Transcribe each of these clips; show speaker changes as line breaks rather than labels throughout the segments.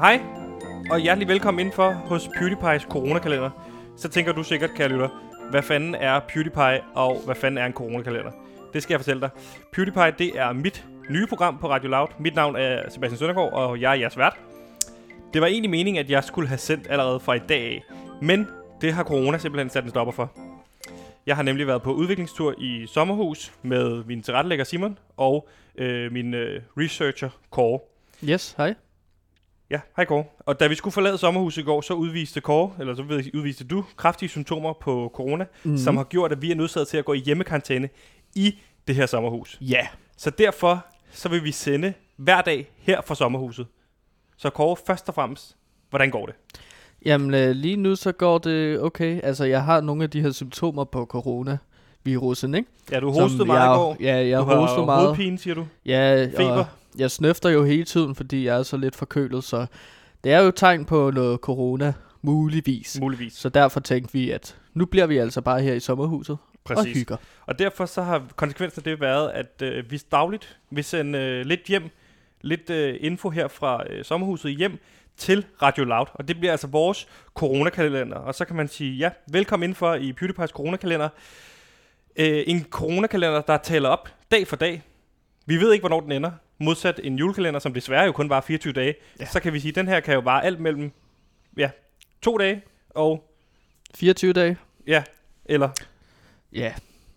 Hej, og hjertelig velkommen indenfor hos PewDiePie's coronakalender. Så tænker du sikkert, kære lytter, hvad fanden er PewDiePie, og hvad fanden er en coronakalender? Det skal jeg fortælle dig. PewDiePie, det er mit nye program på Radio Loud. Mit navn er Sebastian Søndergaard, og jeg er jeres vært. Det var egentlig meningen, at jeg skulle have sendt allerede fra i dag af, men det har corona simpelthen sat en stopper for. Jeg har nemlig været på udviklingstur i sommerhus med min tilrettelægger Simon og øh, min øh, researcher Kåre.
Yes, hej.
Ja, hej Kåre. Og da vi skulle forlade sommerhuset i går, så udviste Kåre, eller så ved- udviste du, kraftige symptomer på corona,
Mhm.
mm. som har gjort, at vi er nødsaget til at gå i hjemmekarantæne i det her sommerhus.
Ja.
Så derfor, så vil vi sende hver dag her fra sommerhuset. Så Kåre, først og fremmest, hvordan går det?
Jamen øh, lige nu så går det okay. Altså jeg har nogle af de her symptomer på coronavirusen, ikke?
Ja, du
Som
hostede meget
jeg,
i går.
Ja, jeg
du
hostede meget.
hovedpine, siger du.
Ja,
Feber.
Og jeg snøfter jo hele tiden, fordi jeg er så lidt forkølet, så det er jo et tegn på noget corona, muligvis.
Muligvis.
Så derfor tænkte vi, at nu bliver vi altså bare her i sommerhuset og
Præcis.
hygger.
Og derfor så har konsekvensen af det været, at øh, vi dagligt vil sende øh, lidt hjem, lidt øh, info her fra øh, sommerhuset hjem til Radio Loud. Og det bliver altså vores coronakalender. Og så kan man sige, ja, velkommen indenfor i PewDiePie's coronakalender. Øh, en coronakalender, der tæller op dag for dag. Vi ved ikke, hvornår den ender. Modsat en julekalender, som desværre jo kun var 24 dage. Ja.
Ja.
Så kan vi sige, at den her kan jo vare alt mellem ja, to dage og
24 dage.
ja, eller
Ja,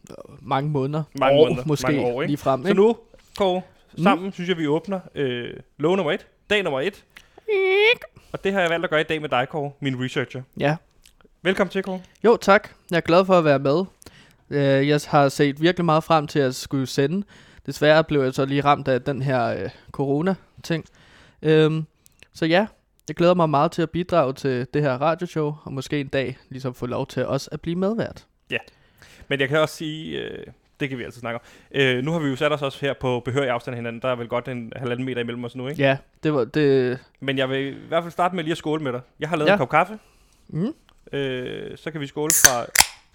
og mange måneder.
Mange
år,
måneder.
Måske
Mange år, ikke?
lige frem,
Så
ikke?
nu, Kåre, sammen mm. synes jeg, vi åbner øh, lov nummer et, dag nummer et. Og det har jeg valgt at gøre i dag med dig, Kåre, min researcher.
Ja,
Velkommen til, Kåre.
Jo, tak. Jeg er glad for at være med. Øh, Jeg har set virkelig meget frem til at skulle sende. Desværre blev jeg så lige ramt af den her øh, corona-ting. Øhm, Så ja, jeg glæder mig meget til at bidrage til det her radioshow, og måske en dag ligesom få lov til også at blive medvært.
Men jeg kan også sige, øh, det kan vi altid snakke om. Øh, nu har vi jo sat os også her på behørig afstand af hinanden. Der er vel godt en halvanden meter imellem os nu, ikke?
Ja, det var det.
Men jeg vil i hvert fald starte med lige at skåle med dig. Jeg har lavet
Ja.
en kop kaffe.
Mm.
Øh, så kan vi skåle fra...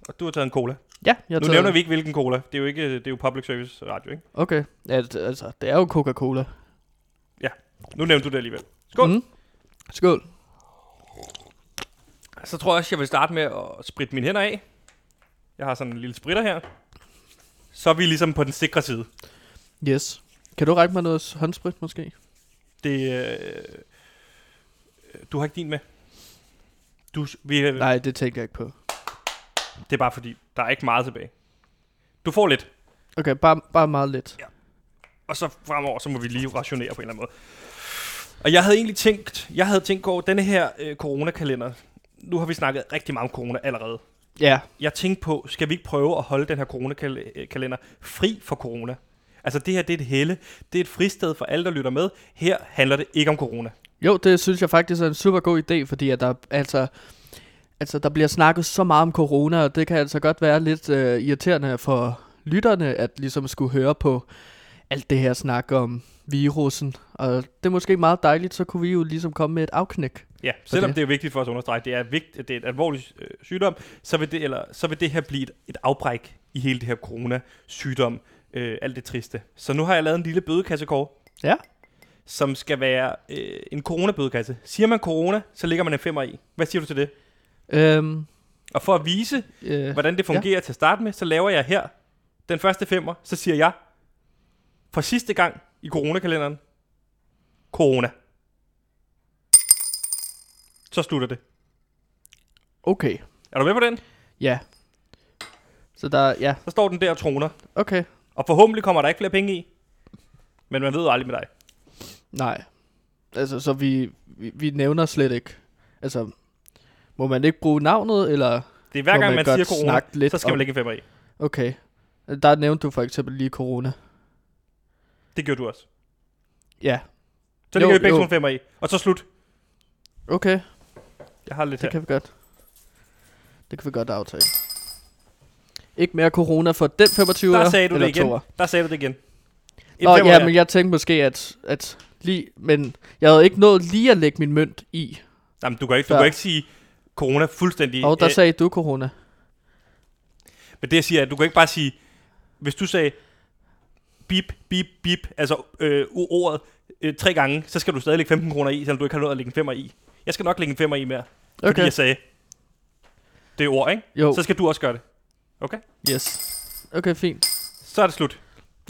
Og du har taget en cola.
Ja, jeg
Nu nævner vi ikke, hvilken cola. Det er jo, ikke, det er jo public service radio, ikke?
Okay, ja, det, altså, det er jo Coca-Cola.
Nu nævnte du det alligevel. Skål.
Mm. Skål.
Så tror jeg også, jeg vil starte med at spritte mine hænder af. Jeg har sådan en lille spritter her. Så er vi ligesom på den sikre side.
Yes. Kan du række mig noget håndsprit måske?
Det, øh, du har ikke din med. Du, vi, øh,
Nej, det tænker jeg ikke på.
det er bare fordi, der er ikke meget tilbage. Du får lidt,
Okay, bare, bare meget lidt.
og så fremover, så må vi lige rationere på en eller anden måde. Og jeg havde egentlig tænkt, jeg havde tænkt over denne her øh, coronakalender. Nu har vi snakket rigtig meget om corona allerede.
Ja,
jeg tænkte på, skal vi ikke prøve at holde den her coronakalender fri for corona? Altså det her, det er et helle. Det er et fristed for alle, der lytter med. Her handler det ikke om corona.
Jo, det synes jeg faktisk er en super god idé, fordi at der, altså, altså, der bliver snakket så meget om corona, og det kan altså godt være lidt øh, irriterende for lytterne, at ligesom skulle høre på alt det her snak om virussen. Og det er måske meget dejligt, så kunne vi jo ligesom komme med et afknæk.
Ja, selvom
det-
det er vigtigt for os at understrege, det er vigtigt, at det er et alvorligt øh, sygdom, så vil, det, eller, så vil det her blive et, et afbræk i hele det her corona-sygdom, øh, alt det triste. Så nu har jeg lavet en lille bødekasse, Kåre,
Ja.
som skal være øh, en coronabødekasse. Siger man corona, så ligger man en femmer i. Hvad siger du til det?
Øhm,
Og for at vise,
øh,
hvordan det fungerer ja. til at starte med, så laver jeg her den første femmer, så siger jeg, for sidste gang i coronakalenderen, corona. Så slutter det.
okay,
Er du med på den?
ja. Så der, ja,
Så står den der og troner.
okay.
Og forhåbentlig kommer der ikke flere penge i. Men man ved jo aldrig med dig.
Nej. Altså, så vi, vi, vi nævner slet ikke. Altså, må man ikke bruge navnet, eller...
Det er hver
Må
gang,
man
man
godt
siger corona,
snakke lidt
så skal
om-
man lægge en femmer i.
Okay. Der nævnte du for eksempel lige corona.
Det gjorde du også.
Ja,
Så
Jo,
lægger vi begge
jo.
to en femmer i. Og så slut.
okay.
Jeg har lidt
Det
her.
kan vi godt. Det kan vi godt aftale. Ikke mere corona for den 25
Der sagde du
eller
det igen.
toer.
Der sagde du det igen. En
Nå,
femmer,
ja, men jeg tænkte måske, at, at lige, men jeg havde ikke nået lige at lægge min mønt i.
Jamen, du kan ikke, du
Før.
kan ikke sige corona fuldstændig.
Og der
øh,
sagde du corona.
Men det jeg siger er, at du kan ikke bare sige, hvis du sagde bip, bip, bip, altså øh, o- ordet øh, tre gange, så skal du stadig lægge 15 kroner i, selvom du ikke har nået at lægge en femmer i. Jeg skal nok lægge en femmer i mere, okay. fordi
Okay.
jeg sagde, det er ord, ikke?
Jo,
Så skal du også gøre det. Okay?
yes. Okay, fint.
Så er det slut.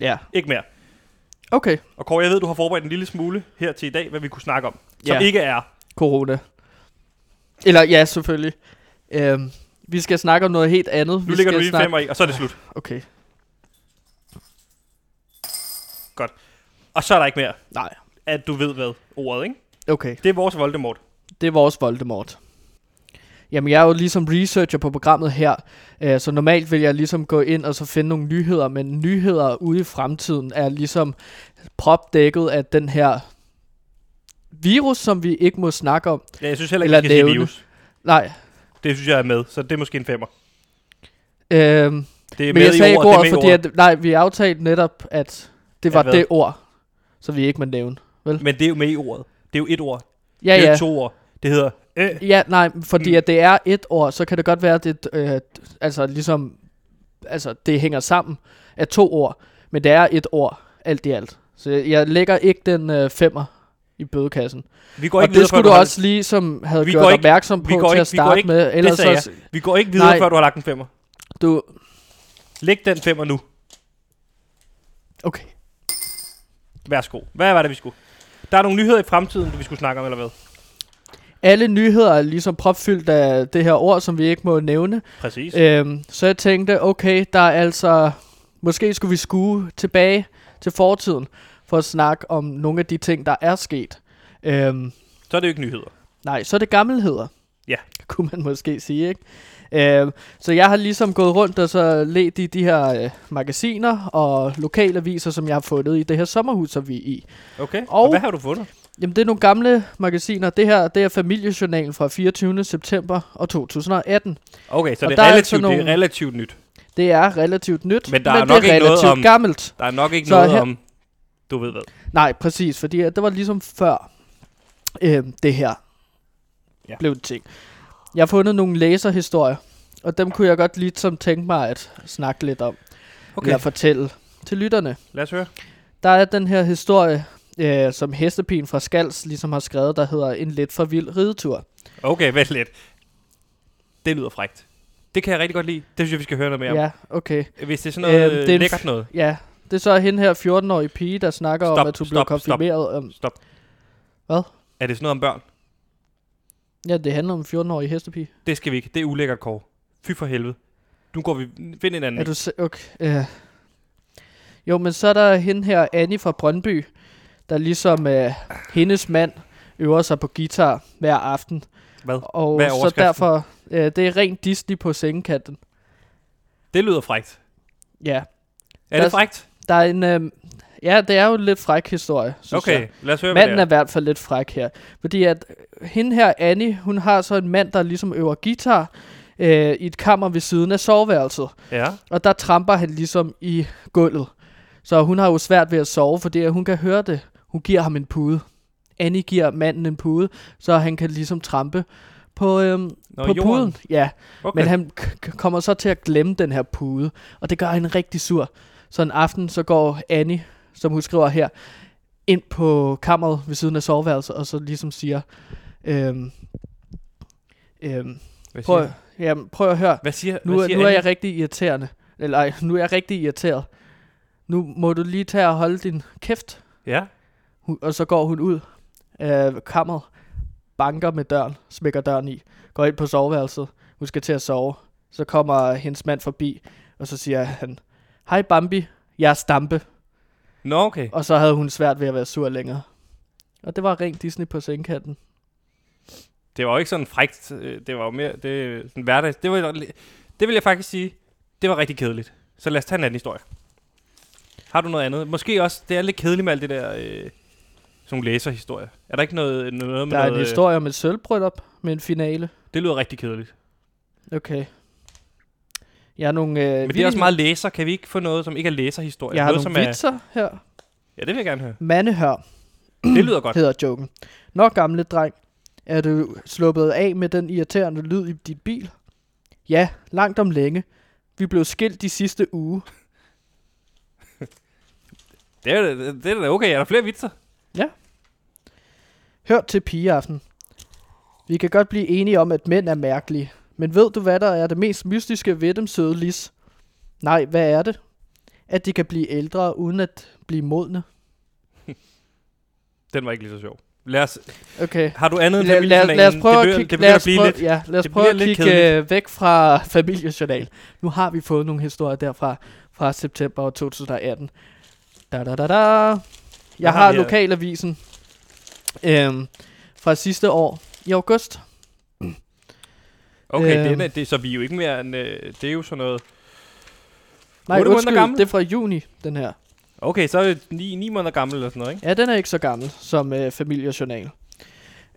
Ja.
Ikke mere.
Okay.
Og Kåre, jeg ved, du har forberedt en lille smule her til i dag, hvad vi kunne snakke om, som
Ja.
ikke er
Corona. Eller ja, selvfølgelig. Øhm, vi skal snakke om noget helt andet.
Nu
vi
ligger
skal
du lige en
snakke...
femmer i, og så er det slut.
Okay.
Og så er der ikke mere,
Nej.
at du ved hvad ordet, ikke?
Okay.
Det er vores Voldemort.
Det er vores Voldemort. Jamen, jeg er jo ligesom researcher på programmet her, øh, så normalt vil jeg ligesom gå ind og så finde nogle nyheder, men nyheder ude i fremtiden er ligesom propdækket af den her virus, som vi ikke må snakke om.
Ja, jeg synes heller ikke,
Eller
vi skal sige
nævne.
virus.
Nej,
Det synes jeg er med, så det er måske en femmer.
øh,
Det er
men
med
jeg
i
sagde ikke
ordet,
ordet,
det er med i
fordi at, nej, vi aftalte netop, at det
At
var
hvad?
det ord, som vi ikke må nævne.
ordet. Men det er jo med i ordet. Det er jo et ord.
Ja,
det er jo
ja.
ikke to ord. Det hedder... Øh.
Ja, nej, fordi
Mm.
mm. at det er et år, så kan det godt være, at det, øh, altså, ligesom, altså, det hænger sammen af to år, men det er et år, alt i alt. Så jeg, jeg lægger ikke den øh, femmer i bødekassen.
Vi går
Og
ikke
det
videre, før
skulle du
du har-
også lige som havde
Vi
vi
går
gjort
ikke-
ikke, opmærksom på
vi går
til
ikke-
at
vi går
starte
ikke-
med. Ellers
sagde
så,
Vi går ikke videre,
Nej.
før du har lagt en femmer.
du,
Læg den femmer nu.
okay.
Værsgo. Hvad var det, vi skulle? Der er nogle nyheder i fremtiden, vi skulle snakke om, eller hvad?
Alle nyheder er ligesom propfyldt af det her ord, som vi ikke må nævne.
Præcis.
Øhm, så jeg tænkte, okay, der er altså... Måske skulle vi skue tilbage til fortiden for at snakke om nogle af de ting, der er sket. Øhm,
Så er det jo ikke nyheder.
nej, så er det gammelheder.
Ja.
Kunne man måske sige, ikke? Øhm, så jeg har ligesom gået rundt og så let i de her øh, magasiner og lokalaviser, som jeg har fundet i det her sommerhus, som vi er i.
Okay. Og,
Og-
hvad har du fundet?
Jamen, det er nogle gamle magasiner. Det her, det er familiejournalen fra 24. september og 2018.
Okay, så
Og
det
der
er,
er
relativt,
altså
det er
nogle-
relativt nyt.
Det er relativt nyt,
Men der er
men
nok
det er
ikke noget
relativt
om-
gammelt.
Der er nok ikke
Så
noget
her-
om... Du ved hvad.
Nej, præcis, fordi at det var ligesom før øh, det her
Ja.
ja. blev en ting. Jeg har fundet nogle læserhistorier, og dem kunne jeg godt lige som tænke mig at snakke lidt om, okay.
Okay,
eller fortælle til lytterne.
lad os høre.
Der er den her historie, øh, som hestepigen fra Skals ligesom har skrevet, der hedder En lidt for vild ridetur.
Okay, vent lidt. Det lyder frægt. Det kan jeg rigtig godt lide. Det synes jeg, vi skal høre noget mere
Ja,
om.
ja okay.
Hvis det er sådan noget
Øhm,
øhm,
det er en
lækkert noget.
Ja, det er så hende her 14-årige pige, der snakker
Stop,
om, at hun
stop,
blev
stop.
konfirmeret. Om,
Stop.
Hvad?
Er det sådan noget om børn?
ja, det handler om en 14-årig hestepige.
Det skal vi ikke. Det er ulækkert, Kåre. Fy for helvede. Nu går vi... Find en anden.
Er du se- okay. Øh. Jo, men så er der hende her, Annie fra Brøndby, der ligesom øh, hendes mand øver sig på guitar hver aften.
Hvad?
Og
Hvad er
så
overskriften?
derfor, øh, det er rent Disney på sengekanten.
Det lyder frægt.
Ja,
Er det
Der-
frægt?
der er en... Øh, ja, det er jo en lidt fræk historie, synes jeg.
Okay, lad os høre, hvad det
Manden er i
er.
hvert fald lidt fræk her. Fordi at øh, hende her, Annie, hun har så en mand, der ligesom øver guitar øh, i et kammer ved siden af soveværelset.
Ja.
Og der tramper han ligesom i gulvet. Så hun har jo svært ved at sove, fordi at hun kan høre det. Hun giver ham en pude. Annie giver manden en pude, så han kan ligesom trampe på, øhm,
Nå,
på
jorden.
puden. Ja,
Okay.
men han k- k- kommer så til at glemme den her pude, og det gør han rigtig sur. Så en aften, så går Annie, som hun skriver her, ind på kammeret ved siden af soveværelset, og så ligesom siger, øhm, øhm,
Hvad
prøv,
siger,
at- jamen, prøv at høre,
hvad siger,
nu,
hvad
er-
siger
nu er
Annie?
jeg rigtig irriterende. Eller ej, nu er jeg rigtig irriteret. Nu må du lige tage og holde din kæft.
Ja.
Hun, og så går hun ud af kammeret, banker med døren, smækker døren i, går ind på soveværelset. Hun skal til at sove. Så kommer hendes mand forbi, og så siger han, Hej Bambi, jeg er stampe.
Nå, okay.
Og så havde hun svært ved at være sur længere. Og det var rent Disney på sengekanten.
Det var jo ikke sådan frægt. øh, Det var jo mere det, er sådan hverdags. Det, var, det vil jeg faktisk sige, det var rigtig kedeligt. Så lad os tage en anden historie. Har du noget andet? Måske også, det er lidt kedeligt med alt det der, øh, sådan nogle læserhistorier. Er der ikke noget, noget med
Der er
noget?
en
øh,
historie om et sølvbryllup med en finale.
Det lyder rigtig kedeligt.
Okay. Jeg har nogle... Øh,
Men det er også
virkelig-
meget læser. Kan vi ikke få noget, som ikke er læserhistorie?
Jeg har
noget,
nogle
som
vitser er... her.
Er, ja, det vil jeg gerne høre.
Mandehør
Det lyder godt.
hedder joken. Nå, gamle dreng, er du sluppet af med den irriterende lyd i dit bil? Ja, langt om længe. Vi blev skilt de sidste uge.
Det er, det er da okay. Er der flere vitser?
Hør til pigeaften. Vi kan godt blive enige om, at mænd er mærkelige. Men ved du, hvad der er det mest mystiske ved dem, søde Lis? Nej, hvad er det? At de kan blive ældre, uden at blive modne.
Den var ikke lige så sjov. Lad os,
Okay.
har du andet end
Lad, lad, lad os
familiejournalen?
prøve
det,
at
begynder-
kigge,
det begynder
lad os
at blive
prøve,
lidt.
ja, lad os
det
prøve at
bliver lidt
kigge øh, væk fra familiejournal. Nu har vi fået nogle historier derfra fra september 2018. Da, da, da, da. Jeg
Hvad har
har
vi her?
lokalavisen øhm, fra sidste år i august.
Okay,
Øhm.
den er, det, så vi er jo ikke mere end... Øh, det er jo sådan noget...
Nej,
Otte måneder
undskyld,
gammel?
det er fra juni, den her.
Okay, så er det 9, 9 måneder gammel eller sådan noget, ikke?
Ja, den er ikke så gammel som øh, familiejournal.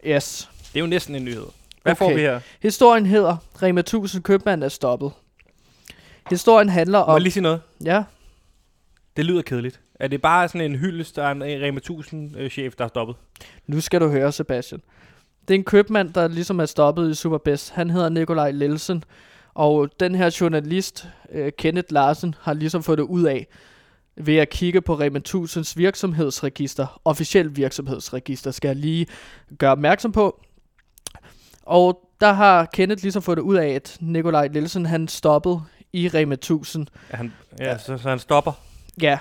Yes.
Det er jo næsten en nyhed. Hvad okay. får
Okay.
vi her?
Historien hedder Rema 1000 købmand er stoppet. Historien handler
Må jeg
om...
lige sige noget?
Ja,
Det lyder kedeligt. Er det bare sådan en hyldest, der er en Rema 1000-chef, der er stoppet?
Nu skal du høre, Sebastian. Det er en købmand, der ligesom er stoppet i Superbest. Han hedder Nikolaj Lelsen. Og den her journalist, øh, Kenneth Larsen, har ligesom fået det ud af ved at kigge på Rema 1000's virksomhedsregister. Officiel virksomhedsregister, skal jeg lige gøre opmærksom på. Og der har Kenneth ligesom fået det ud af, at Nikolaj Lelsen han stoppede i Rema 1000.
Er han, ja, Så, så han stopper.
Ja.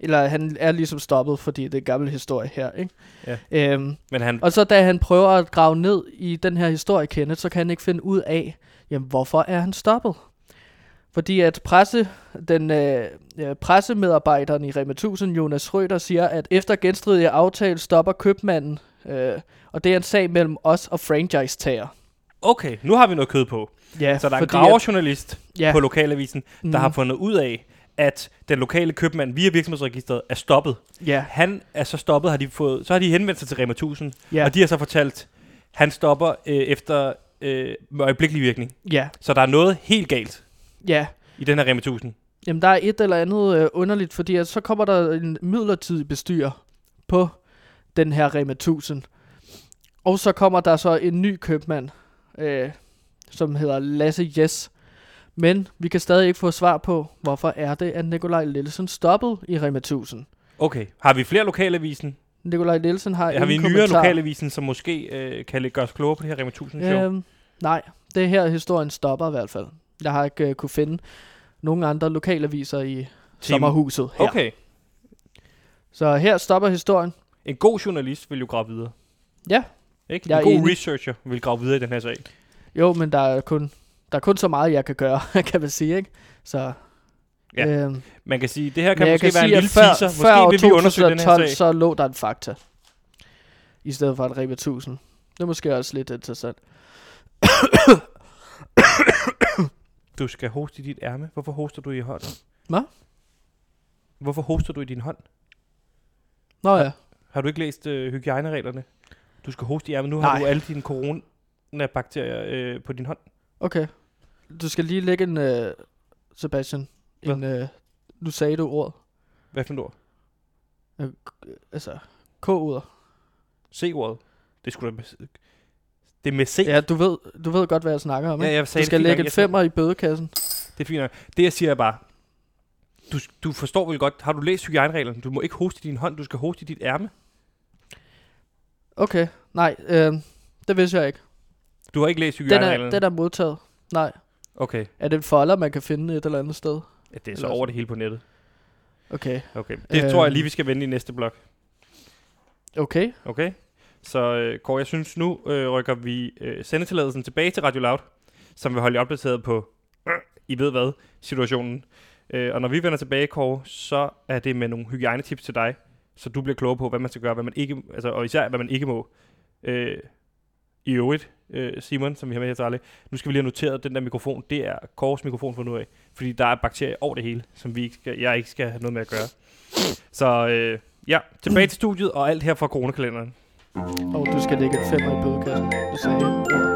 Eller han er ligesom stoppet, fordi det er en gammel historie her, ikke?
Ja.
Øhm,
Men han,
og så da han prøver at grave ned i den her historie, Kenneth, så kan han ikke finde ud af, jamen hvorfor er han stoppet? Fordi at presse, den, øh, ja, pressemedarbejderen i Rema 1000, Jonas Røder, siger, at efter genstridige aftale stopper købmanden, øh, og det er en sag mellem os og franchise-tager.
okay, nu har vi noget kød på.
Ja,
Så der er en
fordi at-
graverjournalist
ja,
på lokalavisen, der
mm,
har fundet ud af, at den lokale købmand via virksomhedsregisteret er stoppet.
ja,
Han er så stoppet, har de fået, så har de henvendt sig til Rema 1000,
ja,
og de har så fortalt, han stopper øh, efter øh, med øjeblikkelig virkning.
ja,
Så der er noget helt galt
ja.
i den her Rema 1000.
Jamen, der er et eller andet øh, underligt, fordi at så kommer der en midlertidig bestyrer på den her Rema 1000. Og så kommer der så en ny købmand, øh, som hedder Lasse Jes. Men vi kan stadig ikke få svar på, hvorfor er det, at Nikolaj Lillesen stoppede i Rema 1000.
Okay, har vi flere lokalavisen?
Nikolaj Lillesen har,
har vi
ingen
nyere
kommentar.
lokalavisen, som måske øh, kan lægge os klogere på det her Rema 1000 show?
Øhm, nej, det er her historien stopper i hvert fald. Jeg har ikke øh, kunne finde nogen andre lokalaviser i sommerhuset her.
Okay,
Så her stopper historien.
en god journalist vil jo grave videre.
Ja.
Ikke?
Jeg
en
er
god
enig.
researcher vil grave videre i den her sag.
Jo, men der er kun, der er kun så meget, jeg kan gøre, kan man sige, ikke? Så,
Ja,
øhm, men
Man kan sige, det her kan måske
jeg kan
være en
sige,
lille
at før,
teaser.
før år
Måske vil vi undersøge den her
2012,
sag.
så lå der en fakta. I stedet for en Rema 1000. Det er måske også lidt interessant.
Du skal hoste i dit ærme. Hvorfor hoster du i hånden?
Hvad?
Hvorfor hoster du i din hånd?
Nå ja,
Har du ikke læst øh, hygiejnereglerne? Du skal hoste i ærmet. Nu har
Nej.
du alle dine coronabakterier øh, på din hånd.
okay. Du skal lige lægge en, øh, Sebastian.
Hvad?
En, øh, nu sagde du ordet.
Hvad for et ord?
Altså, K-ordet.
C-ordet. Det skulle da med... Det er med C.
Ja, du ved, du ved godt, hvad jeg snakker om, ikke?
jeg
du
det
skal
fint
lægge
nok.
en
Jeg tror-
femmer i bødekassen.
Det er fint nok. Det jeg siger er bare, du, du forstår vel godt, har du læst hygiejnereglerne? Du må ikke hoste i din hånd, du skal hoste i dit ærme.
Okay, nej, øh, det vidste jeg ikke.
Du har ikke læst
Den er,
hygiejnereglerne?
den er modtaget. Nej.
Okay.
Er det en folder, man kan finde et eller andet sted?
Ja, det er så
Eller
over
sådan.
det hele på nettet.
Okay.
Okay. Det
Øhm.
tror jeg lige, vi skal vende i næste blok.
Okay.
Okay? Så øh, Kåre, jeg synes nu øh, rykker vi øh, sendetilladelsen tilbage til Radio Loud, som vil holde jer opdateret på, øh, I ved hvad, situationen. Øh, og når vi vender tilbage, Kåre, så er det med nogle hygiejnetips til dig, så du bliver klogere på, hvad man skal gøre, hvad man ikke, altså, og især hvad man ikke må. Øh, I øvrigt, øh, Simon, som vi har med her til alle, nu skal vi lige have noteret, den der mikrofon, det er Kåres mikrofon for nu af, fordi der er bakterier over det hele, som vi ikke skal, jeg ikke skal have noget med at gøre. Så øh, ja, tilbage til studiet og alt her fra coronakalenderen.
Og du skal lægge en femmer i bødekassen. Du sagde ordet.